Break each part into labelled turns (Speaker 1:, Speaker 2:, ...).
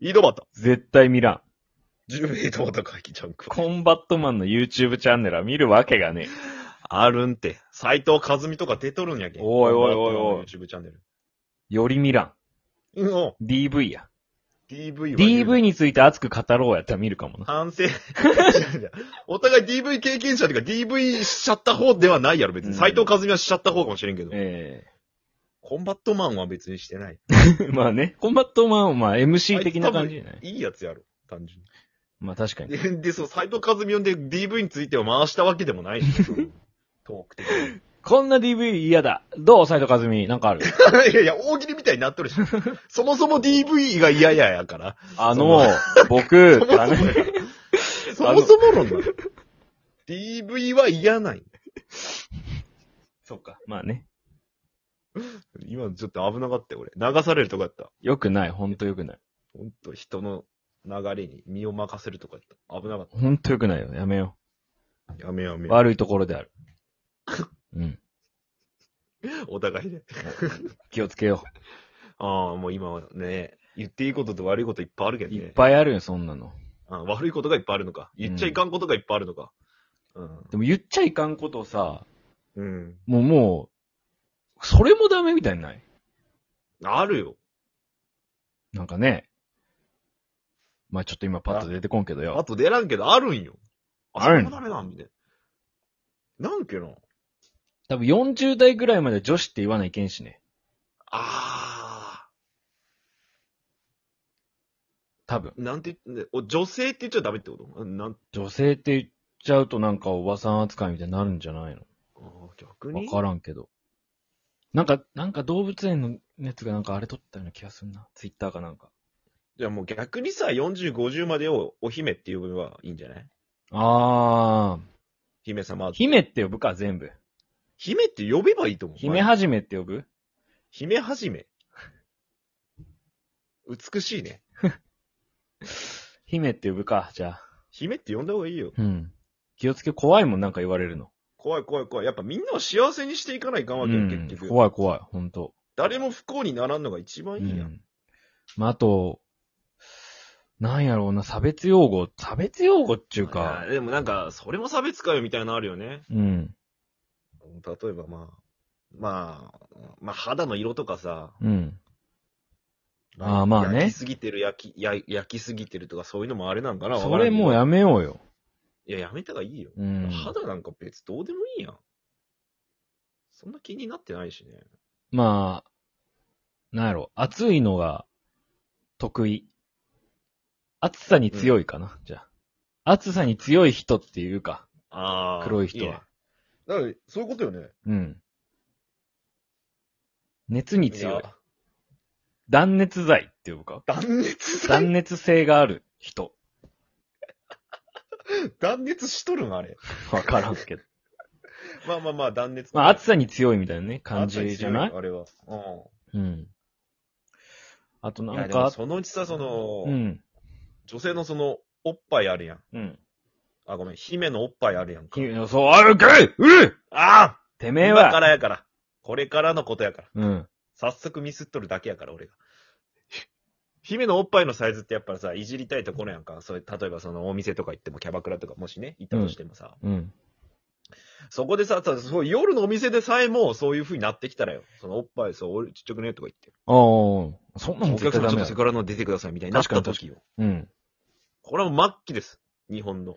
Speaker 1: 井戸端。
Speaker 2: 絶対見らん。
Speaker 1: 十名井戸端会議ちゃんか。
Speaker 2: コンバットマンの YouTube チャンネルは見るわけがね
Speaker 1: あるんて。斎藤和美とか出とるんやけん。
Speaker 2: おいおいおいおい
Speaker 1: YouTube チャンネル。
Speaker 2: え。より見ら
Speaker 1: うんお
Speaker 2: ん。DV や。
Speaker 1: う。DV は言う。
Speaker 2: DV について熱く語ろうやったら見るかもな。
Speaker 1: 反省。 お互い DV 経験者というか DV しちゃった方ではないやろ、別
Speaker 2: う
Speaker 1: に。
Speaker 2: ん
Speaker 1: 斎藤和美はしちゃった方かもしれんけど。
Speaker 2: え
Speaker 1: コンバットマンは別にしてない。
Speaker 2: え まあね、コンバットマンはまあ MC 的な感じじゃない
Speaker 1: いいやつやろ、単純
Speaker 2: まあ確かに。
Speaker 1: に。で、でそう、斎藤和美呼んで DV については回したわけでもないし、そのトーク的に。
Speaker 2: こんな DV 嫌だ。どう斎藤和美なんかある
Speaker 1: いやいや、大喜利みたいになっとるし。そもそも DV が嫌ややから。
Speaker 2: あの、僕
Speaker 1: そ、もそもやからそもそも論なの。DV は嫌ない。
Speaker 2: そっか。まあね。
Speaker 1: 今ちょっと危なかったよ、俺。流されるとこやった。
Speaker 2: よくない。ほんとよくない。
Speaker 1: ほんと、人の流れに身を任せるとかやった。危なかっ
Speaker 2: ほんとよくないよ。やめよ
Speaker 1: た。やめようやめ
Speaker 2: う。
Speaker 1: よ
Speaker 2: 悪いところであ る。うん。
Speaker 1: う。お互いで。
Speaker 2: 気をつけよ
Speaker 1: ああ、もう今はね、言っていいことと悪いこといっぱいあるけ
Speaker 2: う。
Speaker 1: ど
Speaker 2: い
Speaker 1: ね。
Speaker 2: っぱいあるよ、そんなの。
Speaker 1: あ悪いことがいっぱいあるのか。言っちゃいかんことがいっぱいあるのか。うん。
Speaker 2: でも言っちゃいかんことをさ、
Speaker 1: うん。
Speaker 2: もうもう、それもダメみたいにない
Speaker 1: あるよ。
Speaker 2: なんかね。まあちょっと今パッと出てこんけど
Speaker 1: あ
Speaker 2: よ。
Speaker 1: と出らんけど、あるんよ。
Speaker 2: あるん
Speaker 1: そこダメなんみたいな。なんけな。
Speaker 2: 多分40代ぐらいまで女子って言わないけんしね。
Speaker 1: あ
Speaker 2: 多分。
Speaker 1: ー。なんて言って、お女性って言っちゃダメってことなん、
Speaker 2: 女性って言っちゃうとなんかおばさん扱いみたいになるんじゃないの
Speaker 1: あー逆
Speaker 2: わ
Speaker 1: に
Speaker 2: からんけど。なんか、なんか動物園のやつがなんかあれ撮ったような気がするな。ツイッターかなんか。
Speaker 1: じゃあもう逆にさ、40、50までをお姫っていう分はいいんじゃない
Speaker 2: あ
Speaker 1: 姫様
Speaker 2: ー。。姫って呼ぶか、全部。
Speaker 1: 姫って呼べばいいと思う。
Speaker 2: 姫
Speaker 1: は、
Speaker 2: はじめって呼ぶ
Speaker 1: 姫はじめ。美しいね。
Speaker 2: 姫って呼ぶか、じゃあ。
Speaker 1: 姫って呼んだ方がいいよ。
Speaker 2: うん。気をつけ、怖いもんなんか言われるの。
Speaker 1: 怖い怖い怖い。やっぱみんなを幸せにしていかないかんわけよ、
Speaker 2: うん
Speaker 1: 結局。
Speaker 2: 怖い怖い、ほんと。
Speaker 1: 誰も不幸にならんのが一番いいやん。
Speaker 2: うん。まあ、あと、なんやろうな、差別用語、差別用語っちゅう
Speaker 1: あ
Speaker 2: か
Speaker 1: ー、でもなんか、それも差別かよみたいなのあるよね。
Speaker 2: うん、
Speaker 1: 例えばまあ、まあ、まあ肌の色とかさ。
Speaker 2: うん。あーまあね
Speaker 1: 焼きすぎてる、焼き、や焼きすぎてるとかそういうのもあれなんかな。
Speaker 2: それもうや
Speaker 1: め。
Speaker 2: めようよ。
Speaker 1: いや、やめたがいいよ。
Speaker 2: うん。
Speaker 1: 肌なんか別どうでもいいやん。そんな気になってないしね。
Speaker 2: まあ、なんやろう、暑いのが得意。暑さに強いかな、じゃあ。暑さに強い人っていうか、
Speaker 1: ああ。
Speaker 2: 黒い人は
Speaker 1: ねだから、そういうことよね。
Speaker 2: うん。熱に強い
Speaker 1: いや。
Speaker 2: 断熱材って呼ぶか
Speaker 1: 断熱さ
Speaker 2: 断熱性がある人。
Speaker 1: 断熱しとるんあれ。
Speaker 2: わからんけど。
Speaker 1: まあまあまあ、断熱。
Speaker 2: まあ、暑さに強いみたいなね、感じじゃない
Speaker 1: あれは。うん。
Speaker 2: うん。あと
Speaker 1: い
Speaker 2: な
Speaker 1: や
Speaker 2: ん
Speaker 1: でも
Speaker 2: か、
Speaker 1: そのうちさ、その、
Speaker 2: うん。
Speaker 1: 女性のその、おっぱいあるやん。
Speaker 2: うん。
Speaker 1: あ、ごめん、姫のおっぱいあるやんか。
Speaker 2: 君そう、あるかいうる
Speaker 1: ああ
Speaker 2: てめえ
Speaker 1: 今か
Speaker 2: は、
Speaker 1: らやから。これからのことやから。
Speaker 2: うん。
Speaker 1: 早速ミスっとるだけやから、俺が。 姫のおっぱいのサイズってやっぱさ、いじりたいところやんか。そういう例えばそのお店とか行っても、キャバクラとかもしね、行ったとしてもさ。
Speaker 2: うん。
Speaker 1: そこでさ、さそう夜のお店でさえもそういう風になってきたらよ。そのおっぱい、そう、俺ちっちゃくねとか言って。
Speaker 2: おー、そんなもん
Speaker 1: お
Speaker 2: 絶
Speaker 1: 客
Speaker 2: 対
Speaker 1: 様
Speaker 2: ダ
Speaker 1: ちょ
Speaker 2: メ
Speaker 1: っと
Speaker 2: だ
Speaker 1: セ。クハラの出てくださいみたいになった時よ。
Speaker 2: うん。
Speaker 1: これはもう末期です。日本の。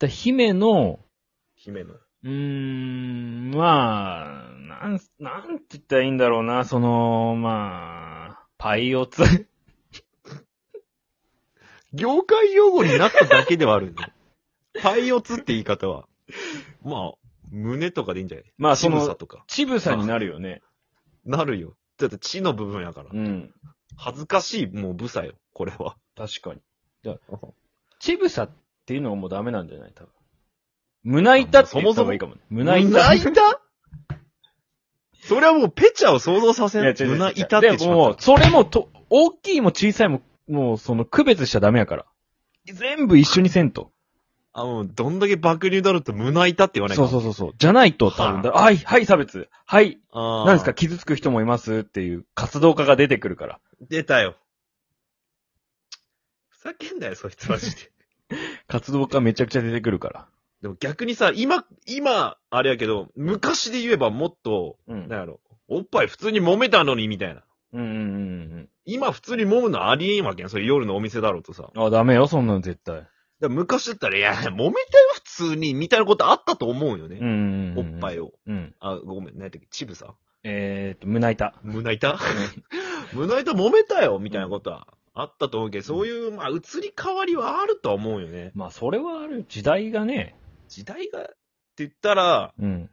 Speaker 2: で、姫の、
Speaker 1: 姫の。
Speaker 2: うーん、まあ、なん、なんて言ったらいいんだろうな、その、まあ、パイオツ。
Speaker 1: 業界用語になっただけではあるんだよ。パイオツって言い方は。 まあ、胸とかでいいんじゃない
Speaker 2: まあ、そ
Speaker 1: 乳房
Speaker 2: の、
Speaker 1: とか。
Speaker 2: ちぶさになるよね。
Speaker 1: なるよ。だって血の部分やから
Speaker 2: う。ん。
Speaker 1: 恥ずかしい、もうブサよ。これは。
Speaker 2: 確かに。ちぶさっていうのはもうダメなんじゃない多分。胸板って言った方がいいかもね。 胸板。
Speaker 1: 胸板それはもうペチャを想像させ
Speaker 2: い
Speaker 1: な
Speaker 2: や
Speaker 1: い。
Speaker 2: 違う違う違う
Speaker 1: 胸板って
Speaker 2: で
Speaker 1: し
Speaker 2: も
Speaker 1: ま
Speaker 2: もう、それもと、大きいも小さいも、もうその区別しちゃダメやから。全部一緒にせんと。
Speaker 1: あ、もうどんだけ爆乳だろうと胸板って言わない。
Speaker 2: そうそううそうそう。じゃないと多分だ、はい、はい、差別。はい、
Speaker 1: あー
Speaker 2: なんですか、傷つく人もいますっていう活動家が出てくるから。
Speaker 1: 出たよ。叫んだよ、そいつマジで。
Speaker 2: 活動家めちゃくちゃ出てくるから。
Speaker 1: でも逆にさ、今、今、あれやけど、昔で言えばもっと、
Speaker 2: う
Speaker 1: なんやろ、おっぱい普通に揉めたのに、みたいな。
Speaker 2: うんうん
Speaker 1: 今普通に揉むのありえんわけやん。それ夜のお店だろうとさ。だか
Speaker 2: うん。あ、ダメよ、そんなの絶対。
Speaker 1: ら昔だったら、いや、揉めたよ、普通に、みたいなことあったと思うよ
Speaker 2: う
Speaker 1: ね。
Speaker 2: んうん。
Speaker 1: おっぱい
Speaker 2: を。
Speaker 1: を。
Speaker 2: うん。
Speaker 1: あ、ごめん、何やったっけ、チブさ
Speaker 2: えーと、胸板。
Speaker 1: 胸 板胸板揉めたよ、みたいなことはあったと思うけど、そういう、まあ、移り変わりはあるとは思うよね。
Speaker 2: まあ、それはある時代がね。
Speaker 1: 時代が、って言ったら、
Speaker 2: うん。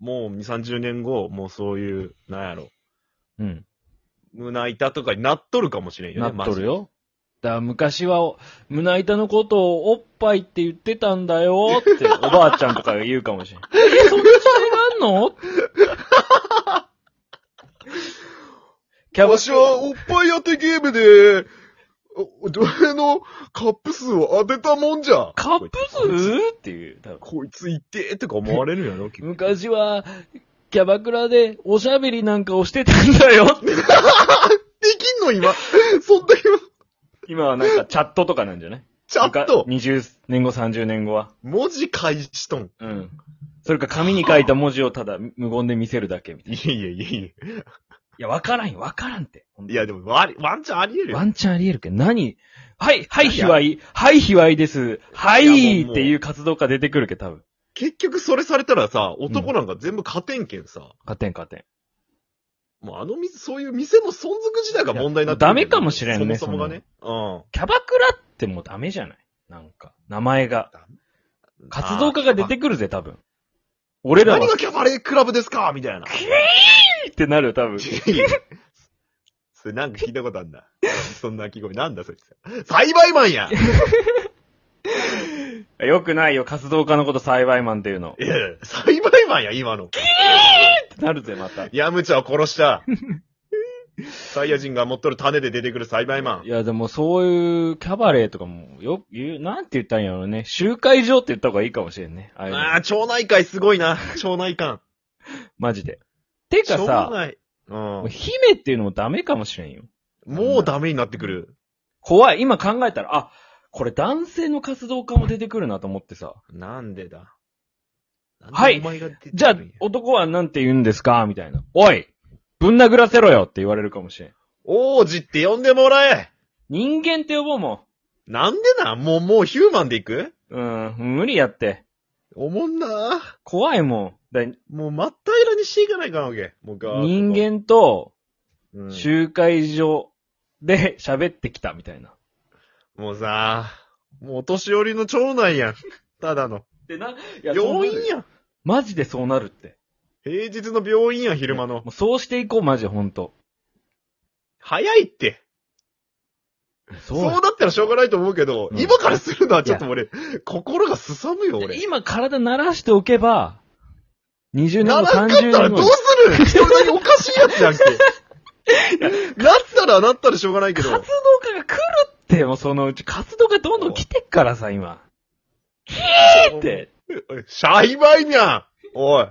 Speaker 1: もう2、30年後、もうそういう、なんやろ、
Speaker 2: うん。
Speaker 1: 胸板とかになっとるかもしれんよ
Speaker 2: な
Speaker 1: ね、
Speaker 2: っとるよ。だから昔はお、胸板のことをおっぱいって言ってたんだよ って、おばあちゃんとかが言うかもしれん。え、そんな時代があんのキャバ
Speaker 1: 私はおっぱい当てゲームで、お女性のカップ数を当てたもんじゃ。
Speaker 2: カップ数っていう。多分
Speaker 1: こいついってとか思われるやろ、結局
Speaker 2: 昔は、キャバクラでおしゃべりなんかをしてたんだよって。
Speaker 1: できんの今。 そんだけ、
Speaker 2: 今はなんかチャットとかなんじゃない
Speaker 1: チャット、
Speaker 2: 昔 !20 年後、30年後は。
Speaker 1: 文字返しとん。
Speaker 2: うん。それか紙に書いた文字をただ無言で見せるだけみたい
Speaker 1: い
Speaker 2: な。い
Speaker 1: やいやいやい
Speaker 2: や、わからんよ、わからんって。
Speaker 1: や。いや、でも、わりワンチャンあり得るよ。
Speaker 2: ワンチャンあり得るけど、何はい、はい、
Speaker 1: 何
Speaker 2: ひ
Speaker 1: や
Speaker 2: わい、はい、ひわいです。はい
Speaker 1: やもうもう
Speaker 2: っていう活動家出てくるけど、多分。
Speaker 1: 結局それされたらさ、男なんか全部勝てんけんさ。
Speaker 2: 勝てん、勝てん。
Speaker 1: もうあの店、そういう店の存続自体が問題になって
Speaker 2: いやダメかもしれんね
Speaker 1: そもそもがね。うん。
Speaker 2: キャバクラってもうダメじゃないなんか、名前が。活動家が出てくるぜ、多分。俺
Speaker 1: くる。
Speaker 2: らは
Speaker 1: 何がキャバレークラブですかみたいな。
Speaker 2: ってなるよ、多分。
Speaker 1: いや それなんか聞いたことあんな。そんな気声。なんだそいつ。栽培マンやい
Speaker 2: よくないよ、活動家のこと栽培マンっていうの。っ
Speaker 1: や栽培マンや、今の。
Speaker 2: てなるぜ、また。い
Speaker 1: ヤムチャを殺した。サイヤ人が持っとる種で出てくる栽培マン。
Speaker 2: や、でもそういうキャバレーとかも、よく言う、なんて言ったんやろうね。集会所って言った方がいいかもしれんね。ああいうの
Speaker 1: ああ、町内会すごいな。町内感。
Speaker 2: マジで。て
Speaker 1: し
Speaker 2: か
Speaker 1: ょうが
Speaker 2: さ、
Speaker 1: ない。うん。
Speaker 2: もう姫っていうのもダメかもしれんよ。
Speaker 1: もうダメになってくる。
Speaker 2: 怖い。今考えたら、あ、これ男性の活動家も出てくるなと思ってさ。
Speaker 1: なんでだ。
Speaker 2: は
Speaker 1: な
Speaker 2: い
Speaker 1: んでお前が出てくるん
Speaker 2: じゃ
Speaker 1: や
Speaker 2: あ、男はなんて言うんですかみたいな。おいぶん殴らせろよって言われるかもしれん。
Speaker 1: 王子って呼んでもらえ。
Speaker 2: 人間って呼ぼうも
Speaker 1: なんでなんもう、もうヒューマンでいく
Speaker 2: ん。うん、無理やって。
Speaker 1: おもんな
Speaker 2: 怖いもん。だ
Speaker 1: もう真っ平らにしていかないかんわけ。もうガーッと
Speaker 2: 人、間と
Speaker 1: うん
Speaker 2: 集会所で 喋ってきたみたいな。っ
Speaker 1: もうさ、もうお年寄りの長男やん。ただの。
Speaker 2: てな、いや
Speaker 1: 病院やん。
Speaker 2: マジでそうなるって。
Speaker 1: 平日の病院やん、昼間の
Speaker 2: も。うそうしていこう、マジほんと。
Speaker 1: 早いって。
Speaker 2: そ
Speaker 1: そうだったらしょうがないと思うけど、
Speaker 2: うん
Speaker 1: 今からするのはちょっと俺、心がすさむよ、俺。
Speaker 2: 今体慣らしておけば、20年
Speaker 1: な
Speaker 2: 後、
Speaker 1: らんかった
Speaker 2: 30
Speaker 1: ら
Speaker 2: 年
Speaker 1: どう
Speaker 2: 後。
Speaker 1: する一人だけおかしいやつや んけ。なったらなったらしょうがないけ
Speaker 2: 活動
Speaker 1: ど。
Speaker 2: 家が来るって、もうそのうち活動家どんどん来てっからさ、今。来て。
Speaker 1: シャイバイミャンおい。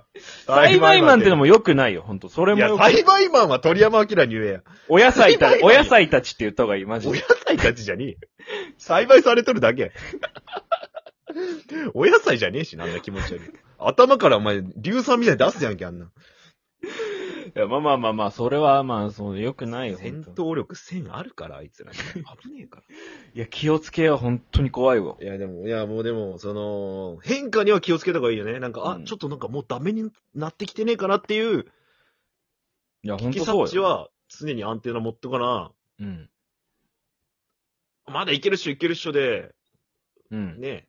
Speaker 2: 栽培マンっての
Speaker 1: も。
Speaker 2: も良くないよ、ほんと。それ
Speaker 1: い
Speaker 2: も
Speaker 1: や
Speaker 2: 良、くない
Speaker 1: 栽培マンは鳥山明に言えや。
Speaker 2: お野菜た
Speaker 1: 栽培、マン
Speaker 2: お野菜たちって言った方がいい、マジ
Speaker 1: お野
Speaker 2: で。
Speaker 1: 菜たちじゃねえよ。栽培されとる だけや。お野菜じゃねえし、なんだ気持ち悪い。頭からお前、硫酸みたいに出すやんけ、あんな。
Speaker 2: いやまあまあまあまあ、それはまあ、そう、良くないよ、ほ
Speaker 1: 戦
Speaker 2: んと。
Speaker 1: 闘力1000あるから、あいつら。危ねえから。
Speaker 2: いや、気をつけよう、ほんとに怖いわ。
Speaker 1: いや、でも、いや、もうでも、その、変化には気をつけた方がいいよね。なんか、あ、
Speaker 2: うん
Speaker 1: ちょっとなんかもうダメになってきてねえかなっていう、
Speaker 2: いや、ほ
Speaker 1: 引
Speaker 2: ん
Speaker 1: き
Speaker 2: とそう
Speaker 1: 察知
Speaker 2: よ。
Speaker 1: は常にアンテナ持っとかな。
Speaker 2: うん。
Speaker 1: まだいけるっしょいけるっしょで、
Speaker 2: うん。
Speaker 1: ね、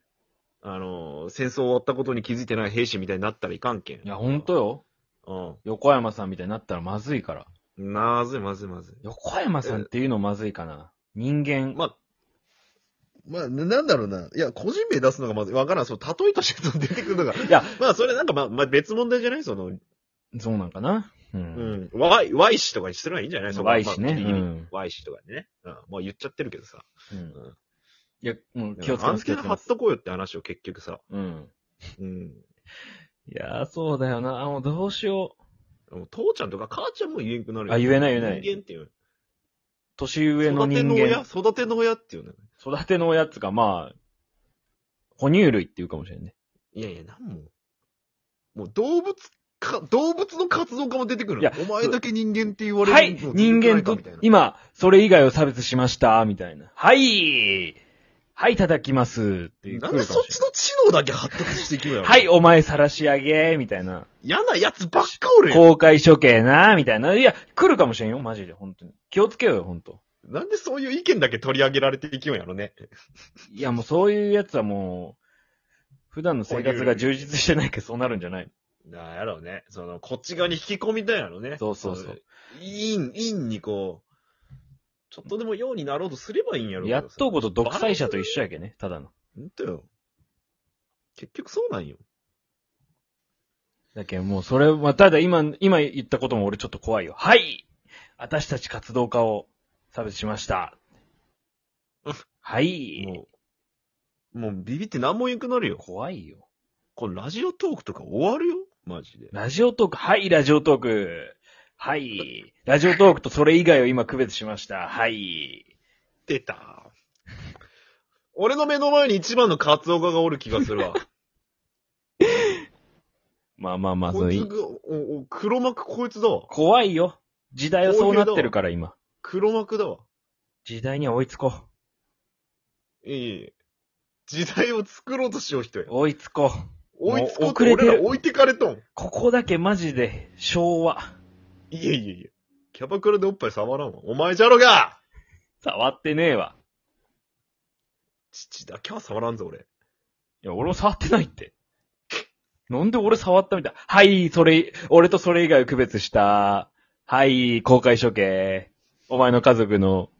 Speaker 1: あの、戦争終わったことに気づいてない兵士みたいになったらいかんけん。
Speaker 2: いや、ほんとよ。
Speaker 1: うん。
Speaker 2: 横山さんみたいになったらまずいから。
Speaker 1: まずいまずいまずい。
Speaker 2: 横山さんっていうのまずいかな。人間。
Speaker 1: まあ、まあ、ななんだろうな。いや、個人名出すのがまずい、わからん。そう、例えとして出てくるのが。
Speaker 2: いや、
Speaker 1: まあ、それなんか、まあ、まあ、別問題じゃないその、
Speaker 2: そうなんかな。う。
Speaker 1: うんん。Y、Y 氏とかにすればいいんじゃないそこは
Speaker 2: Y 氏ね
Speaker 1: まあギリギリ
Speaker 2: うん
Speaker 1: Y 氏とかね。うん。もう言っちゃってるけどさ。
Speaker 2: うん
Speaker 1: うん
Speaker 2: いや、もう気をつけます、気
Speaker 1: アン
Speaker 2: を
Speaker 1: テナ
Speaker 2: つけ
Speaker 1: 張
Speaker 2: ま
Speaker 1: っ
Speaker 2: す。
Speaker 1: とこうよって話を結局さ。
Speaker 2: うん。
Speaker 1: うん。
Speaker 2: いやー、そうだよな。もうどうしよ
Speaker 1: もう父ちゃんとか母ちゃんも言えんくなるよ
Speaker 2: あ言えない言えない
Speaker 1: 人間っていう。
Speaker 2: 年上の
Speaker 1: 育て
Speaker 2: 人
Speaker 1: の親
Speaker 2: 間、
Speaker 1: 育ての親っていうの
Speaker 2: 育ての親っつうか、まあ、哺乳類っていうかもしれんね。
Speaker 1: いやいや、なんも。もう動物か、動物の活動家も出てくるの
Speaker 2: いや
Speaker 1: お前だけ人間って言われる
Speaker 2: はい
Speaker 1: の
Speaker 2: 人間と
Speaker 1: みたいな、
Speaker 2: 今、それ以外を差別しました、みたいな。はいはい、叩きますっていう。
Speaker 1: なんでそっちの知能だけ発達していくのやろ
Speaker 2: はい、お前晒し上げみたいな。
Speaker 1: 嫌な奴ばっかおるやん。
Speaker 2: 公開処刑なみたいな。いや、来るかもしれんよ、マジで、本当に。気をつけようよ、本当
Speaker 1: なんでそういう意見だけ取り上げられていきよんやろね。
Speaker 2: いや、もうそういうやつはもう、普段の生活が充実してないけど、そうなるんじゃない
Speaker 1: なあ、やろうね。その、こっち側に引き込みたいやろね。
Speaker 2: そうそうそう。
Speaker 1: イン、インにこう、ちょっとでもようになろうとすればいいんやろ
Speaker 2: の
Speaker 1: うけど
Speaker 2: や
Speaker 1: さ
Speaker 2: っとうこと独裁者と一緒やけね、ただの。
Speaker 1: ほんとよ。結局そうなんよ。
Speaker 2: だけどもうそれは、ただ今、今言ったことも俺ちょっと怖いよ。はい私たち活動家を差別しました
Speaker 1: うん。
Speaker 2: はい
Speaker 1: もう、もうビビって何も言えなくなるよ。
Speaker 2: 怖いよ。
Speaker 1: このラジオトークとか終わるよマジで。
Speaker 2: ラジオトーク、はい、ラジオトーク。はい。ラジオトークとそれ以外を今区別しました。はい。
Speaker 1: 出た。俺の目の前に一番のカツオガがおる気がするわ。
Speaker 2: まあま あまあ、そ
Speaker 1: こ
Speaker 2: う
Speaker 1: い
Speaker 2: い
Speaker 1: つ
Speaker 2: う
Speaker 1: が、おお黒幕こいつだわ。
Speaker 2: 怖いよ。時代はそうなってるから今。
Speaker 1: 黒幕だわ。
Speaker 2: 時代には追いつこう。
Speaker 1: いいいい。時代を作ろうとしよう人や。
Speaker 2: 追いつこう。
Speaker 1: 追いつこうと
Speaker 2: もう遅れて
Speaker 1: 俺
Speaker 2: る
Speaker 1: ら置いてかれとん。
Speaker 2: ここだけマジで昭和。
Speaker 1: いえいえいえ。キャバクラでおっぱい触らんわ。お前じゃろが
Speaker 2: 触ってねえわ。
Speaker 1: 父だけは触らんぞ俺。
Speaker 2: いや、俺も触ってないって。なんで俺触ったみたい。はい、それ、俺とそれ以外を区別した。はい、公開処刑。お前の家族の